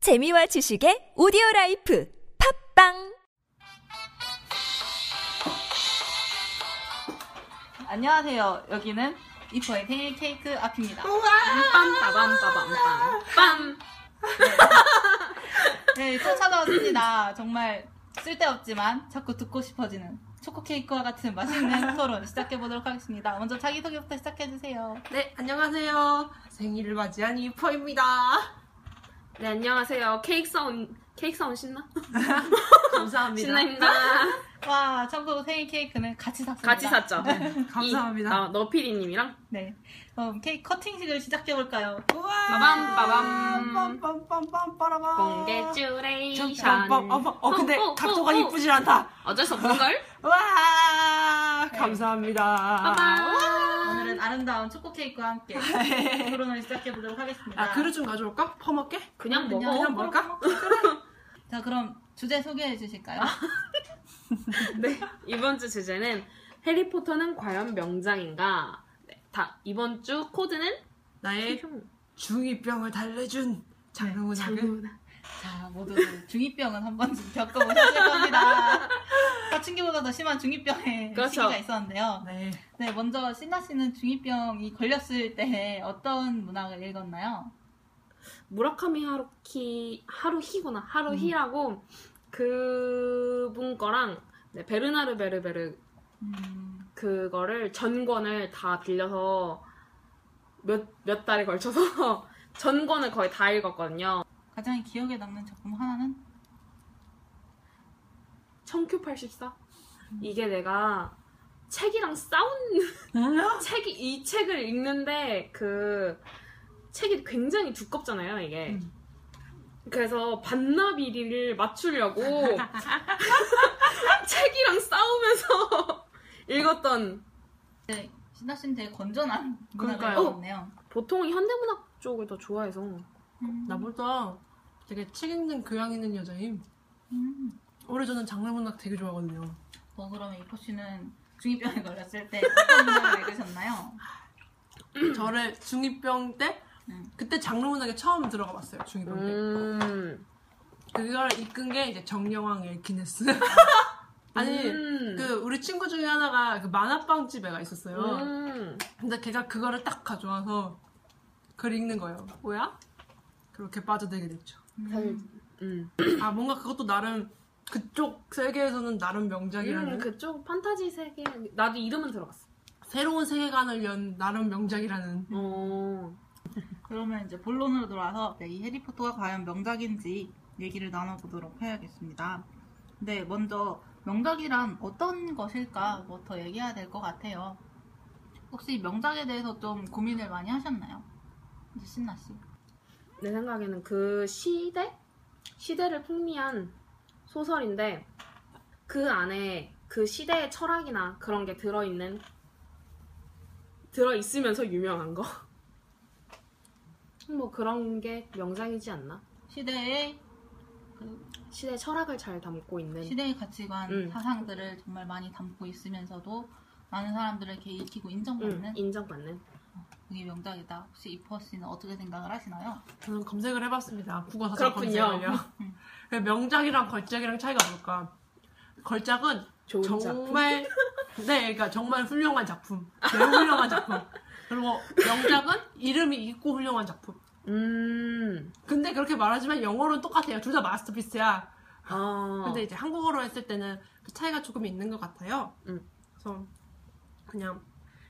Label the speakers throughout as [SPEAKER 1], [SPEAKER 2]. [SPEAKER 1] 재미와 지식의 오디오 라이프 팝빵
[SPEAKER 2] 안녕하세요. 여기는 이퍼의 생일 케이크 앞입니다.
[SPEAKER 3] 빰빠밤빠밤빰
[SPEAKER 2] 네, 또 찾아왔습니다. 정말 쓸데없지만 자꾸 듣고 싶어지는 초코 케이크와 같은 맛있는 토론 시작해 보도록 하겠습니다. 먼저 자기 소개부터 시작해 주세요.
[SPEAKER 3] 네 안녕하세요
[SPEAKER 4] 생일을 맞이한 이퍼입니다.
[SPEAKER 3] 네 안녕하세요 케이크 사운 케이크 사운 신나?
[SPEAKER 4] 감사합니다.
[SPEAKER 3] 신나입니다
[SPEAKER 2] 와, 참고로 생일 케이크는 같이 샀습니다.
[SPEAKER 3] 같이 샀죠?
[SPEAKER 4] 네, 감사합니다.
[SPEAKER 3] 이, 아, 너피디님이랑
[SPEAKER 2] 네. 그럼 케이크 커팅식을 시작해 볼까요?
[SPEAKER 3] 빠밤빠밤
[SPEAKER 4] 빰빰빰빰빰빠라밤.
[SPEAKER 3] 어. 공개츄레이션
[SPEAKER 4] 빰빰. 어, 어, 근데 각도가 이쁘질 않다.
[SPEAKER 3] 어쩔 수 없는걸?
[SPEAKER 4] 와 감사합니다.
[SPEAKER 3] 아. 빠밤
[SPEAKER 2] 오늘은 아름다운 초코 케이크와 함께 토론을 시작해 보도록 하겠습니다.
[SPEAKER 4] 네. 아 그릇 좀 가져올까? 퍼먹게?
[SPEAKER 3] 그냥 먹어
[SPEAKER 4] 그냥 먹을까?
[SPEAKER 2] 자, 그럼 주제 소개해 주실까요?
[SPEAKER 3] 아, 네. 이번 주 주제는 해리포터는 과연 명장인가? 네. 다 이번 주 코드는 네,
[SPEAKER 4] 나의 중이병을 달래준 네. 장롱은 작은
[SPEAKER 3] 장문아.
[SPEAKER 2] 자, 모두 중2병은 한 번쯤 겪어보셨을 겁니다. 사춘기보다 더 심한 중2병의
[SPEAKER 3] 그렇죠.
[SPEAKER 2] 시기가 있었는데요.
[SPEAKER 4] 네.
[SPEAKER 2] 네, 먼저 신나 씨는 중2병이 걸렸을 때 어떤 문학을 읽었나요?
[SPEAKER 3] 무라카미 하루키 하루히구나 하루히라고 그분 거랑 네, 베르나르 베르베르
[SPEAKER 2] 음,
[SPEAKER 3] 그거를 전권을 다 빌려서 몇 몇 달에 걸쳐서 전권을 거의 다 읽었거든요.
[SPEAKER 2] 가장 기억에 남는 작품 하나는?
[SPEAKER 3] 청큐 84 이게 내가 책이랑 싸운 책이 이 책을 읽는데 그 책이 굉장히 두껍잖아요 이게
[SPEAKER 4] 음.
[SPEAKER 3] 그래서 반나비를 맞추려고 책이랑 싸우면서 읽었던
[SPEAKER 2] 네, 신나 씨는 되게 건전한 문학을
[SPEAKER 3] 그러니까요.
[SPEAKER 2] 읽었네요.
[SPEAKER 3] 보통 현대문학 쪽을 더 좋아해서 어,
[SPEAKER 2] 음,
[SPEAKER 4] 나보다 되게 책 읽는 교양 있는 여자임.
[SPEAKER 2] 음.
[SPEAKER 4] 올해 저는 장르문학 되게 좋아하거든요.
[SPEAKER 2] 어, 그러면 이포 씨는 중2병에 걸렸을 때 어떤 문학을 읽으셨나요?
[SPEAKER 4] 저를 중2병 때
[SPEAKER 2] 음.
[SPEAKER 4] 그때 장르문학에 처음 들어가 봤어요. 중2병 때.
[SPEAKER 3] 음,
[SPEAKER 4] 그걸 이끈 게 이제 정영왕 엘키네스. 아니
[SPEAKER 3] 음.
[SPEAKER 4] 그 우리 친구 중에 하나가 그 만화빵집 애가 있었어요.
[SPEAKER 3] 음.
[SPEAKER 4] 근데 걔가 그거를 딱 가져와서 글 읽는 거예요. 뭐야? 그렇게 빠져들게 됐죠.
[SPEAKER 3] 사실 음.
[SPEAKER 4] 아 뭔가 그것도 나름 그쪽 세계에서는 나름 명작이라는
[SPEAKER 3] 음, 그쪽 판타지 세계 나도 이름은 들어봤어.
[SPEAKER 4] 새로운 세계관을 연 나름 명작이라는
[SPEAKER 3] 어.
[SPEAKER 2] 그러면 이제 본론으로 돌아와서 네, 이 해리포터가 과연 명작인지 얘기를 나눠보도록 해야겠습니다. 근데 먼저 명작이란 어떤 것일까부터 얘기해야 될 것 같아요. 혹시 명작에 대해서 좀 고민을 많이 하셨나요? 이제 신나 씨.
[SPEAKER 3] 내 생각에는 그 시대 시대를 풍미한 소설인데 그 안에 그 시대의 철학이나 그런 게 들어 있는 들어 있으면서 유명한 거. 뭐 그런 게 명작이지 않나?
[SPEAKER 2] 시대의 그
[SPEAKER 3] 시대의 철학을 잘 담고 있는
[SPEAKER 2] 시대의 가치관,
[SPEAKER 3] 네. 음.
[SPEAKER 2] 사상들을 정말 많이 담고 있으면서도 많은 사람들에게 익히고
[SPEAKER 3] 음,
[SPEAKER 2] 인정받는
[SPEAKER 3] 인정받는
[SPEAKER 2] 그게 명작이다. 혹시 이퍼 씨는 어떻게 생각을 하시나요?
[SPEAKER 4] 저는 검색을 해봤습니다. 국어사전
[SPEAKER 3] 그렇군요.
[SPEAKER 4] 검색을요. 그 명작이랑 걸작이랑 차이가 뭘까? 걸작은
[SPEAKER 3] 좋은 작품.
[SPEAKER 4] 정말 네, 그러니까 정말 훌륭한 작품, 매우 훌륭한 작품. 그리고 명작은 이름이 있고 훌륭한 작품.
[SPEAKER 3] 음.
[SPEAKER 4] 근데 그렇게 말하지만 영어로는 똑같아요. 둘 다 마스터피스야.
[SPEAKER 3] 어.
[SPEAKER 4] 근데 이제 한국어로 했을 때는 그 차이가 조금 있는 것 같아요.
[SPEAKER 3] 음.
[SPEAKER 4] 그래서 그냥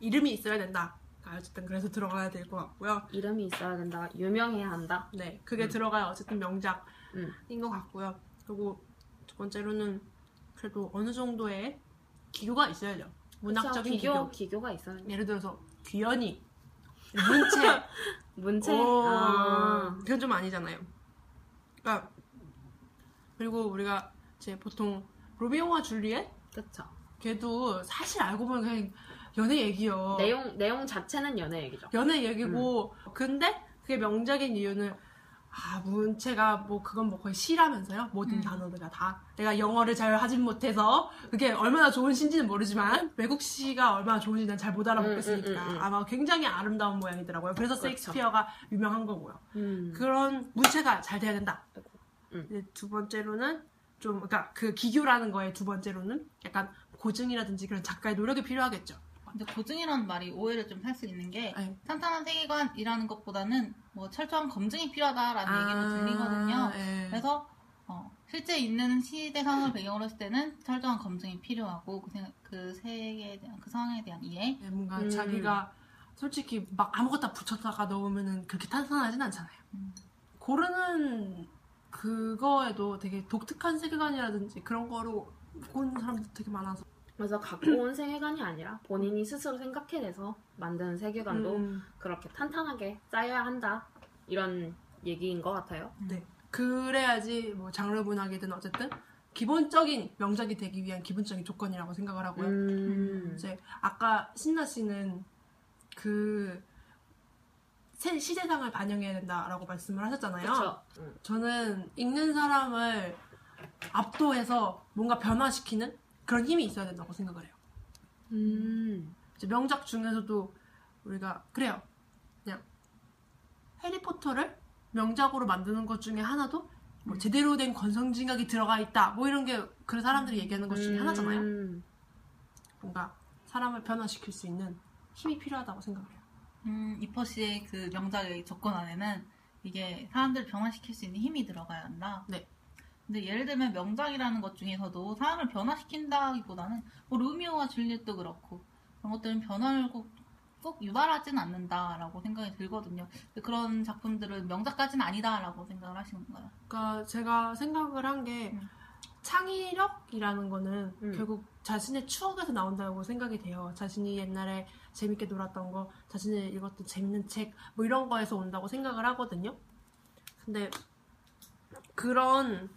[SPEAKER 4] 이름이 있어야 된다. 그러니까 어쨌든 그래서 들어가야 될 것 같고요.
[SPEAKER 3] 이름이 있어야 된다. 유명해야 한다.
[SPEAKER 4] 네, 그게
[SPEAKER 3] 음.
[SPEAKER 4] 들어가야 어쨌든 명작인
[SPEAKER 3] 음.
[SPEAKER 4] 것 같고요. 그리고 두 번째로는 그래도 어느 정도의 기교가 있어야죠. 문학적인
[SPEAKER 3] 그래서 기교,
[SPEAKER 4] 기교.
[SPEAKER 3] 기교가 있어요.
[SPEAKER 4] 예를 들어서 귀연이 문체
[SPEAKER 3] 문체.
[SPEAKER 4] 오,
[SPEAKER 3] 아.
[SPEAKER 4] 그건 좀 아니잖아요. 그러니까 그리고 우리가 이제 보통 로미오와 줄리엣
[SPEAKER 3] 그쵸.
[SPEAKER 4] 걔도 사실 알고 보면 그냥 연애
[SPEAKER 3] 어.
[SPEAKER 4] 얘기요.
[SPEAKER 3] 네, 내용 내용 자체는 연애 얘기죠.
[SPEAKER 4] 연애 얘기고 근데 그게 명작인 이유는 아, 문체가 뭐 그건 뭐 거의 시라면서요. 모든
[SPEAKER 2] 음.
[SPEAKER 4] 단어들가 다. 내가 영어를 잘 하진 못해서 그게 얼마나 좋은 시인지는 모르지만 외국 시가 얼마나 좋은지 난 잘 못 알아먹겠으니까
[SPEAKER 3] 음, 음, 음, 음.
[SPEAKER 4] 아마 굉장히 아름다운 모양이더라고요. 그래서
[SPEAKER 3] 그렇죠.
[SPEAKER 4] 셰익스피어가 유명한 거고요.
[SPEAKER 3] 음.
[SPEAKER 4] 그런 문체가 잘 돼야 된다.
[SPEAKER 3] 음.
[SPEAKER 4] 이제 두 번째로는 좀 그러니까 그 기교라는 거에 두 번째로는 약간 고증이라든지 그런 작가의 노력이 필요하겠죠.
[SPEAKER 2] 근데 고증이라는 말이 오해를 좀 살 수 있는 게
[SPEAKER 4] 네.
[SPEAKER 2] 탄탄한 세계관이라는 것보다는 뭐 철저한 검증이 필요하다라는 얘기도
[SPEAKER 4] 아,
[SPEAKER 2] 들리거든요.
[SPEAKER 4] 예.
[SPEAKER 2] 그래서 어, 실제 있는 시대 상황을 배경으로 했을 때는 철저한 검증이 필요하고 그, 생- 그 세계에 대한 그 상황에 대한 이해.
[SPEAKER 4] 네, 뭔가
[SPEAKER 3] 음.
[SPEAKER 4] 자기가 솔직히 막 아무것도 붙였다가 넣으면은 그렇게 탄탄하진 않잖아요.
[SPEAKER 2] 음.
[SPEAKER 4] 고르는 그거에도 되게 독특한 세계관이라든지 그런 거로 고르는 사람도 되게 많아서
[SPEAKER 3] 그래서 갖고 온 세계관이 아니라 본인이 스스로 생각해내서 만드는 세계관도
[SPEAKER 4] 음.
[SPEAKER 3] 그렇게 탄탄하게 쌓여야 한다 이런 얘기인 것 같아요.
[SPEAKER 4] 네. 그래야지 뭐 장르 문학이든 어쨌든 기본적인 명작이 되기 위한 기본적인 조건이라고 생각을 하고요.
[SPEAKER 3] 음.
[SPEAKER 4] 이제 아까 신나 씨는 그 세- 시대상을 반영해야 된다라고 말씀을 하셨잖아요.
[SPEAKER 3] 그렇죠. 음.
[SPEAKER 4] 저는 읽는 사람을 압도해서 뭔가 변화시키는 그런 힘이 있어야 된다고 생각을 해요.
[SPEAKER 3] 음.
[SPEAKER 4] 이제 명작 중에서도 우리가 그래요. 그냥 해리포터를 명작으로 만드는 것 중에 하나도 뭐
[SPEAKER 2] 음.
[SPEAKER 4] 제대로 된 건성징악이 들어가 있다. 뭐 이런 게 그런 사람들이 얘기하는 것 중에 하나잖아요.
[SPEAKER 3] 음.
[SPEAKER 4] 뭔가 사람을 변화시킬 수 있는 힘이 필요하다고 생각을 해요.
[SPEAKER 2] 음, 이퍼 씨의 그 명작의 조건 안에는 이게 사람들을 변화시킬 수 있는 힘이 들어가야 한다.
[SPEAKER 4] 네.
[SPEAKER 2] 근데 예를 들면 명작이라는 것 중에서도 사람을 변화시킨다기보다는 뭐 로미오와 줄리엣도 그렇고 그런 것들은 변화를 꼭, 꼭 유발하진 않는다라고 생각이 들거든요. 근데 그런 작품들은 명작까지는 아니다라고 생각을 하시는 건가요?
[SPEAKER 4] 그러니까 제가 생각을 한 게
[SPEAKER 2] 음.
[SPEAKER 4] 창의력이라는 거는
[SPEAKER 3] 음.
[SPEAKER 4] 결국 자신의 추억에서 나온다고 생각이 돼요. 자신이 옛날에 재밌게 놀았던 거, 자신이 읽었던 재밌는 책, 뭐 이런 거에서 온다고 생각을 하거든요. 근데 그런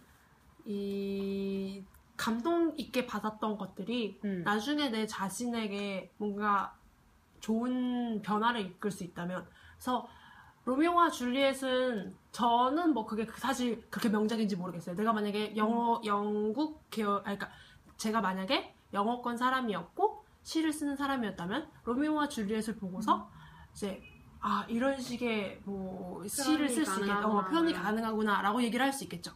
[SPEAKER 4] 이 감동 있게 받았던 것들이
[SPEAKER 3] 음.
[SPEAKER 4] 나중에 내 자신에게 뭔가 좋은 변화를 이끌 수 있다면 그래서 로미오와 줄리엣은 저는 뭐 그게 사실 그렇게 명작인지 모르겠어요. 내가 만약에 영어 영국 계열 아니 그러니까 제가 만약에 영어권 사람이었고 시를 쓰는 사람이었다면 로미오와 줄리엣을
[SPEAKER 3] 음.
[SPEAKER 4] 보고서 이제 아 이런 식의 뭐 시를 쓸 수 있겠다. 어,
[SPEAKER 3] 가능하구나. 네.
[SPEAKER 4] 표현이 가능하구나라고 얘기를 할 수 있겠죠.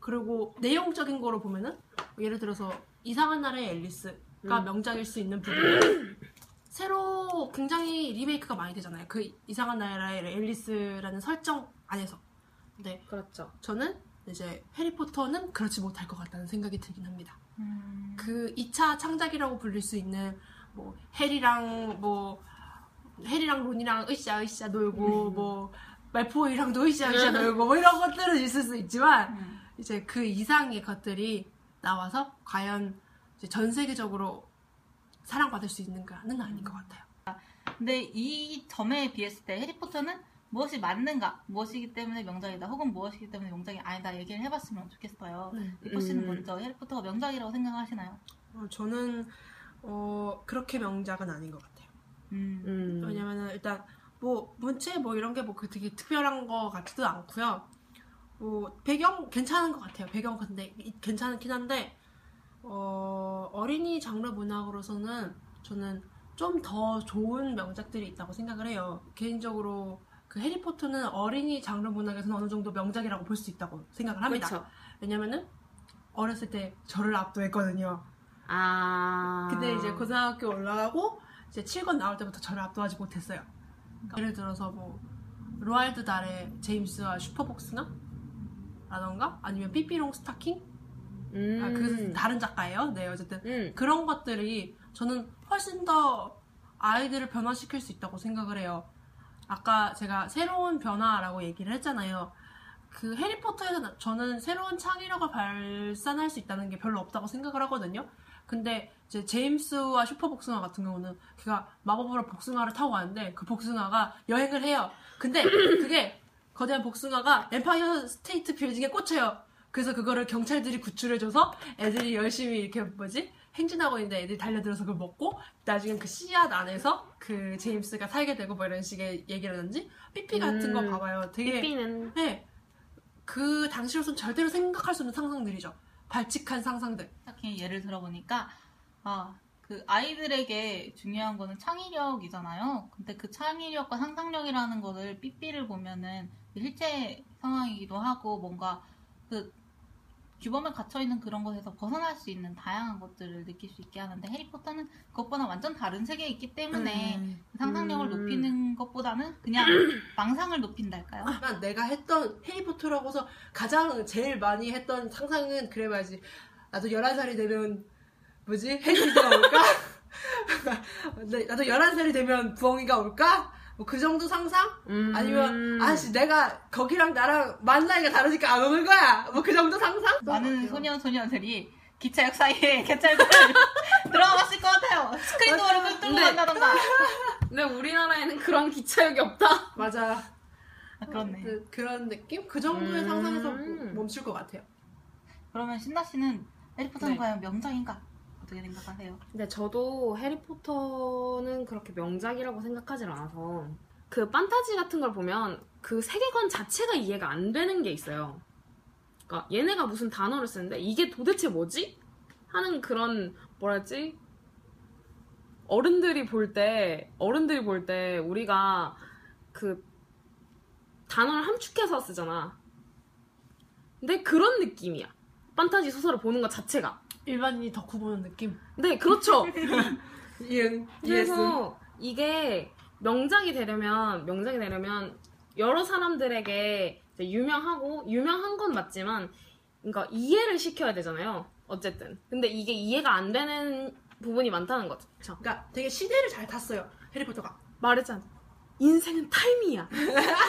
[SPEAKER 4] 그리고 내용적인 거로 보면은 예를 들어서 이상한 나라의 앨리스가
[SPEAKER 3] 음.
[SPEAKER 4] 명작일 수 있는 부분 새로 굉장히 리메이크가 많이 되잖아요. 그 이상한 나라의 앨리스라는 설정 안에서. 근데
[SPEAKER 3] 그렇죠.
[SPEAKER 4] 저는 이제 해리포터는 그렇지 못할 것 같다는 생각이 들긴 합니다. 그 2차 창작이라고 불릴 수 있는 뭐 해리랑 뭐 해리랑 론이랑 으쌰 으쌰 놀고
[SPEAKER 3] 음.
[SPEAKER 4] 뭐 말포이랑도 으쌰 으쌰 놀고 뭐 이런 것들은 있을 수 있지만
[SPEAKER 2] 음.
[SPEAKER 4] 이제 그 이상의 것들이 나와서 과연 이제 전 세계적으로 사랑받을 수 있는가는 아닌 것 같아요.
[SPEAKER 2] 근데 이 점에 비했을 때 해리포터는 무엇이 맞는가, 무엇이기 때문에 명작이다, 혹은 무엇이기 때문에 명작이 아니다 얘기를 해봤으면 좋겠어요. 리퍼 씨는
[SPEAKER 3] 음.
[SPEAKER 2] 먼저 해리포터가 명작이라고 생각하시나요?
[SPEAKER 4] 어, 저는 어, 그렇게 명작은 아닌 것 같아요.
[SPEAKER 2] 음.
[SPEAKER 3] 음.
[SPEAKER 4] 왜냐면은 일단 뭐 문체 뭐 이런 게 뭐 되게 특별한 거 같지도 않고요. 뭐 배경 괜찮은 것 같아요. 배경 근데 이- 괜찮긴 한데 어, 어린이 장르 문학으로서는 저는 좀 더 좋은 명작들이 있다고 생각을 해요. 개인적으로 그 해리포터는 어린이 장르 문학에서는 어느 정도 명작이라고 볼 수 있다고 생각을 합니다.
[SPEAKER 3] 그렇죠.
[SPEAKER 4] 왜냐면은 어렸을 때 저를 압도했거든요.
[SPEAKER 3] 아.
[SPEAKER 4] 근데 이제 고등학교 올라가고 이제 7권 나올 때부터 저를 압도하지 못했어요. 그러니까 예를 들어서 뭐 로알드 달의 제임스와 슈퍼복스나 라던가 아니면 삐삐롱 스타킹
[SPEAKER 3] 음.
[SPEAKER 4] 아, 그 다른 작가예요. 네 어쨌든
[SPEAKER 3] 음.
[SPEAKER 4] 그런 것들이 저는 훨씬 더 아이들을 변화시킬 수 있다고 생각을 해요. 아까 제가 새로운 변화라고 얘기를 했잖아요. 그 해리포터에서 나- 저는 새로운 창의력을 발산할 수 있다는 게 별로 없다고 생각을 하거든요. 근데 이제 제임스와 슈퍼복숭아 같은 경우는 걔가 마법으로 복숭아를 타고 가는데 그 복숭아가 여행을 해요. 근데 그게 거대한 복숭아가 엠파이어 스테이트 빌딩에 꽂혀요. 그래서 그거를 경찰들이 구출해줘서 애들이 열심히 이렇게 뭐지 행진하고 있는데 애들이 달려들어서 그걸 먹고 나중에 그 씨앗 안에서 그 제임스가 살게 되고 뭐 이런 식의 얘기라든지 삐삐 같은
[SPEAKER 3] 음.
[SPEAKER 4] 거 봐봐요. 되게
[SPEAKER 3] 삐삐는
[SPEAKER 4] 네, 그 당시로선 절대로 생각할 수 없는 상상들이죠. 발칙한 상상들.
[SPEAKER 2] 딱히 예를 들어보니까 아, 그 아이들에게 중요한 거는 창의력이잖아요. 근데 그 창의력과 상상력이라는 거를 삐삐를 보면은 그 실제 상황이기도 하고 뭔가 그 규범에 갇혀 있는 그런 것에서 벗어날 수 있는 다양한 것들을 느낄 수 있게 하는데 해리포터는 그것보다 완전 다른 세계에 있기 때문에 상상력을
[SPEAKER 3] 음.
[SPEAKER 2] 높이는 것보다는 그냥 망상을 높인달까요?
[SPEAKER 4] 난 내가 했던 해리포터라고서 가장 제일 많이 했던 상상은 그래봐야지 나도 11살이 되면 뭐지? 해리가 올까? 네, 나도 11살이 되면 부엉이가 올까? 뭐 그 정도 상상?
[SPEAKER 3] 음.
[SPEAKER 4] 아니면 아씨 내가 거기랑 나랑 만 나이가 다르니까 안 오는 거야 뭐 그 정도 상상?
[SPEAKER 2] 많은
[SPEAKER 4] 같아요.
[SPEAKER 2] 소년 소녀들이 기차역 사이에 개찰구를 들어갔을 것 같아요. 스크린 도어를 뚫고
[SPEAKER 3] 네.
[SPEAKER 2] 간다던가.
[SPEAKER 3] 근데 우리나라에는 그런 기차역이 없다.
[SPEAKER 4] 맞아
[SPEAKER 2] 아, 그렇네.
[SPEAKER 4] 그, 런 느낌? 그 정도의
[SPEAKER 3] 음.
[SPEAKER 4] 상상에서 멈출 것 같아요
[SPEAKER 2] 그러면 신나 씨는 해리포터는
[SPEAKER 3] 네.
[SPEAKER 2] 과연 명작인가? 어떻게 생각하세요?
[SPEAKER 3] 근데 저도 해리포터는 그렇게 명작이라고 생각하질 않아서 그 판타지 같은 걸 보면 그 세계관 자체가 이해가 안 되는 게 있어요. 그러니까 얘네가 무슨 단어를 쓰는데 이게 도대체 뭐지? 하는 그런 뭐랄지 어른들이 볼 때 어른들이 볼 때 우리가 그 단어를 함축해서 쓰잖아. 근데 그런 느낌이야. 판타지 소설을 보는 것 자체가.
[SPEAKER 4] 일반인이 덕후 보는 느낌
[SPEAKER 3] 네, 그렇죠.
[SPEAKER 4] 이응
[SPEAKER 3] 그래서 이게 명작이 되려면 명작이 되려면 여러 사람들에게 이제 유명하고 유명한 건 맞지만 그러니까 이해를 시켜야 되잖아요. 어쨌든. 근데 이게 이해가 안 되는 부분이 많다는 거죠. 그쵸?
[SPEAKER 4] 그러니까 되게 시대를 잘 탔어요 해리포터가
[SPEAKER 3] 말했잖아. 인생은 타임이야.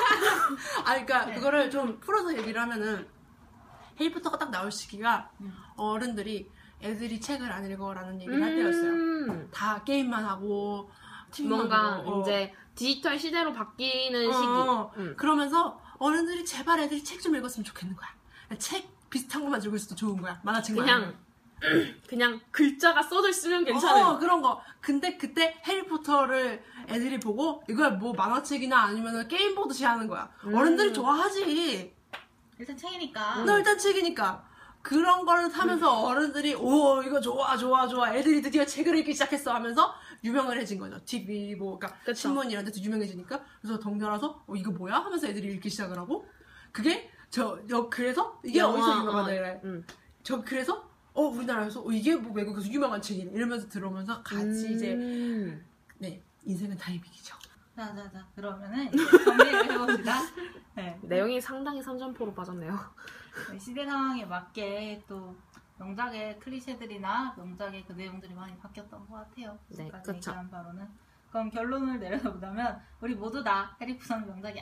[SPEAKER 4] 아, 그러니까
[SPEAKER 2] 네.
[SPEAKER 4] 그거를 좀 풀어서 얘기를 하면은 해리포터가 딱 나올 시기가 어른들이 애들이 책을 안 읽어라는 얘기를 할 때였어요.
[SPEAKER 3] 음,
[SPEAKER 4] 다 게임만 하고 TV만
[SPEAKER 3] 뭔가
[SPEAKER 4] 보고.
[SPEAKER 3] 이제 디지털 시대로 바뀌는
[SPEAKER 4] 어,
[SPEAKER 3] 시기. 음.
[SPEAKER 4] 그러면서 어른들이 제발 애들이 책 좀 읽었으면 좋겠는 거야. 책 비슷한 것만 읽을 수도 좋은 거야. 만화책
[SPEAKER 3] 그냥 그냥 글자가 써져 있으면 괜찮아요.
[SPEAKER 4] 어, 그런 거. 근데 그때 해리포터를 애들이 보고 이걸 뭐 만화책이나 아니면 게임 보듯이 하는 거야.
[SPEAKER 3] 음.
[SPEAKER 4] 어른들이 좋아하지.
[SPEAKER 2] 일단 책이니까.
[SPEAKER 3] 네.
[SPEAKER 4] 너 일단 책이니까 그런 거를 하면서 어른들이 오 이거 좋아 좋아 좋아 애들이 드디어 책을 읽기 시작했어 하면서 유명을 해진 거죠 TV 뭐 그러니까
[SPEAKER 3] 그쵸.
[SPEAKER 4] 신문 이런 데서 유명해지니까 그래서 덩달아서 어 이거 뭐야 하면서 애들이 읽기 시작을 하고 그게 저, 저 그래서 이게 어디서 유명한 애래
[SPEAKER 3] 음.
[SPEAKER 4] 저 그래서 어 우리나라에서 어, 이게 뭐 외국에서 유명한 책이네 이러면서 들어오면서 같이 이제
[SPEAKER 3] 음.
[SPEAKER 4] 네 인생은 다이빙이죠
[SPEAKER 2] 자, 자, 자. 그러면은 이제 정리를 해봅시다. 네.
[SPEAKER 3] 내용이 상당히 삼점포로 빠졌네요.
[SPEAKER 2] 시대 상황에 맞게 또 명작의 클리셰들이나 명작의 그 내용들이 많이 바뀌었던 것 같아요.
[SPEAKER 3] 네,
[SPEAKER 2] 지금까지
[SPEAKER 3] 그쵸.
[SPEAKER 2] 얘기한 바로는. 그럼 결론을 내려다보자면 우리 모두 다 해리포터는 명작이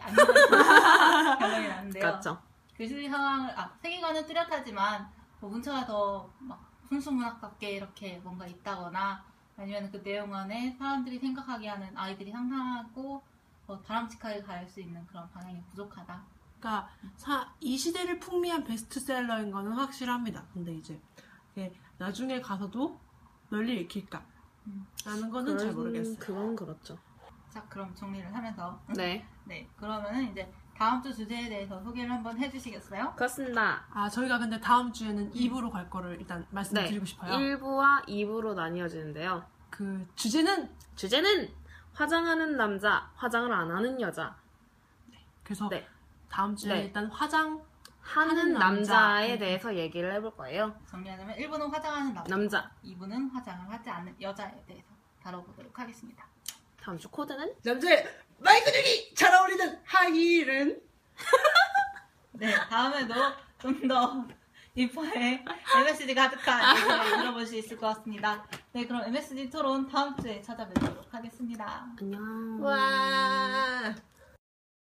[SPEAKER 2] 아니라는 결론이
[SPEAKER 4] 네.
[SPEAKER 2] 났는데요.
[SPEAKER 3] 맞죠?
[SPEAKER 2] 그 시대 상황을 아 세계관은 뚜렷하지만 뭐 문체가 더막 순수문학답게 이렇게 뭔가 있다거나 아니면 그 내용 안에 사람들이 생각하게 하는 아이들이 상상하고 어, 다람쥐하게 갈 수 있는 그런 방향이 부족하다.
[SPEAKER 4] 그러니까 사- 이 시대를 풍미한 베스트셀러인 거는 확실합니다. 근데 이제 이게 나중에 가서도 널리 읽힐까?
[SPEAKER 2] 음.
[SPEAKER 4] 라는 거는 잘 모르겠어요.
[SPEAKER 3] 그건 그렇죠.
[SPEAKER 2] 자 그럼 정리를 하면서
[SPEAKER 3] 네,
[SPEAKER 2] 네 그러면은 이제 다음 주 주제에 대해서 소개를 한번 해주시겠어요?
[SPEAKER 3] 그렇습니다.
[SPEAKER 4] 아 저희가 근데 다음 주에는 2부로 갈 거를 일단
[SPEAKER 3] 네.
[SPEAKER 4] 말씀드리고 싶어요.
[SPEAKER 3] 1부와 2부로 나뉘어지는데요.
[SPEAKER 4] 그 주제는
[SPEAKER 3] 주제는 화장하는 남자, 화장을 안 하는 여자,
[SPEAKER 4] 그래서
[SPEAKER 3] 네.
[SPEAKER 4] 다음 주에
[SPEAKER 3] 네.
[SPEAKER 4] 일단 화장
[SPEAKER 3] 하는,
[SPEAKER 4] 하는 남자. 음.
[SPEAKER 3] 남자에 대해서 얘기를 해볼 거예요.
[SPEAKER 2] 정리하자면 1부는 화장하는 남자,
[SPEAKER 3] 남자.
[SPEAKER 2] 2부는 화장을 하지 않는 여자에 대해서 다뤄보도록 하겠습니다.
[SPEAKER 3] 다음 주 코드는?
[SPEAKER 4] 남자의 말 근육이 잘 어울리는 하이힐은
[SPEAKER 2] 네, 다음에도 좀 더 인파에 MSG 가득한 얘기를 들어볼 수 있을 것 같습니다. 네, 그럼 MSG 토론 다음 주에 찾아뵙도록 하겠습니다.
[SPEAKER 3] 안녕.
[SPEAKER 4] 와.